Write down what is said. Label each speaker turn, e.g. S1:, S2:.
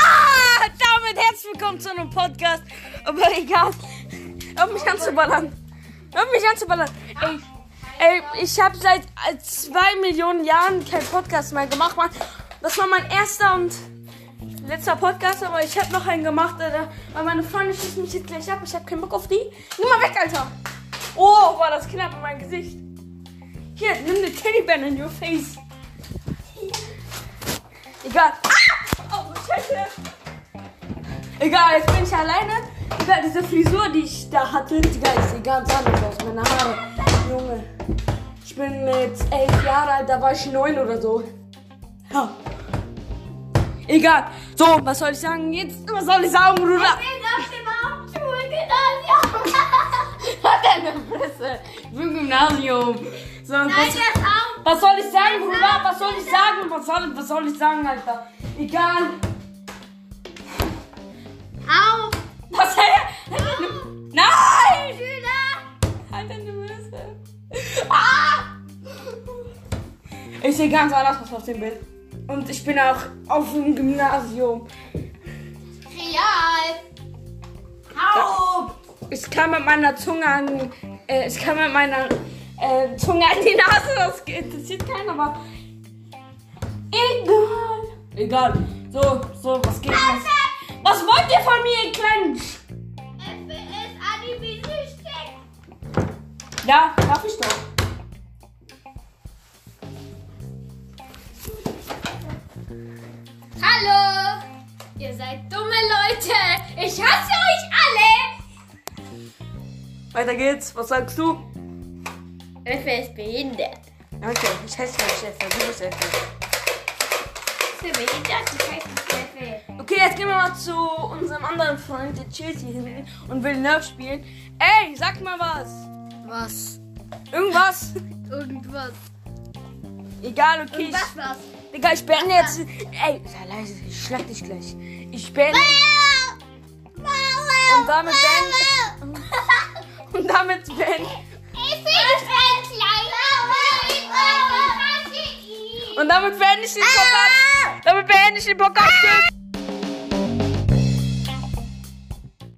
S1: Ah, willkommen zu einem Podcast. Aber egal. Hör mich anzuballern. Hör mich anzuballern. Ey, ey ich habe seit äh, zwei Millionen Jahren keinen Podcast mehr gemacht. Mann. Das war mein erster und letzter Podcast, aber ich habe noch einen gemacht, Alter. Weil meine Freunde schießen mich jetzt gleich ab. Ich habe keinen Bock auf die. Nimm mal weg, Alter. Oh, war das knapp in mein Gesicht. Hier, nimm eine Teddybär in your face. Egal. Ah! Oh, Scheiße. Egal, jetzt bin ich alleine. Egal, diese Frisur, die ich da hatte, Digga, ich sehe ganz anders aus. Meine Haare. Junge. Ich bin mit elf Jahren alt, da war ich neun oder so. Ja. Egal. So, was soll ich sagen jetzt? Was soll ich sagen, Bruder? Hat er eine Fresse? Ich bin im Gymnasium. So, was, was soll ich sagen, Bruder? Was soll ich sagen? Was soll, was soll ich sagen, Alter? Egal. Was hat er? Hat er eine, nein! Hat er eine Fresse? Ah! Ich sehe ganz anders aus auf dem Bild. Und ich bin auch auf dem Gymnasium. Ich kann mit meiner Zunge an. Äh, ich kann mit meiner äh, Zunge an die Nase. Das interessiert keinen, aber. Egal. Egal. So, so, was geht was? Was wollt ihr von mir, ihr kleinen. Sch ja, darf ich doch.
S2: Hallo! Ihr seid dumme Leute! Ich hasse euch alle!
S1: Weiter geht's. Was sagst du?
S2: Öffe ist behindert.
S1: Okay, ich heiße kein Chef, du bist Chef.
S2: Ist der behindert? Ich heiße nicht Öffe.
S1: Okay, jetzt gehen wir mal zu unserem anderen Freund, der chillt hier hinten und will Nerf spielen. Ey, sag mal was.
S2: Was?
S1: Irgendwas.
S2: Irgendwas.
S1: Egal, okay. ich-
S2: Irgendwas was?
S1: Digga, ich beende jetzt. Ey, sei leise, ich schlag dich gleich. Ich beende. Und damit beenden. Und damit beenden. Und damit beende ich den Podcast. Damit beende ich den Podcast. Tschüss.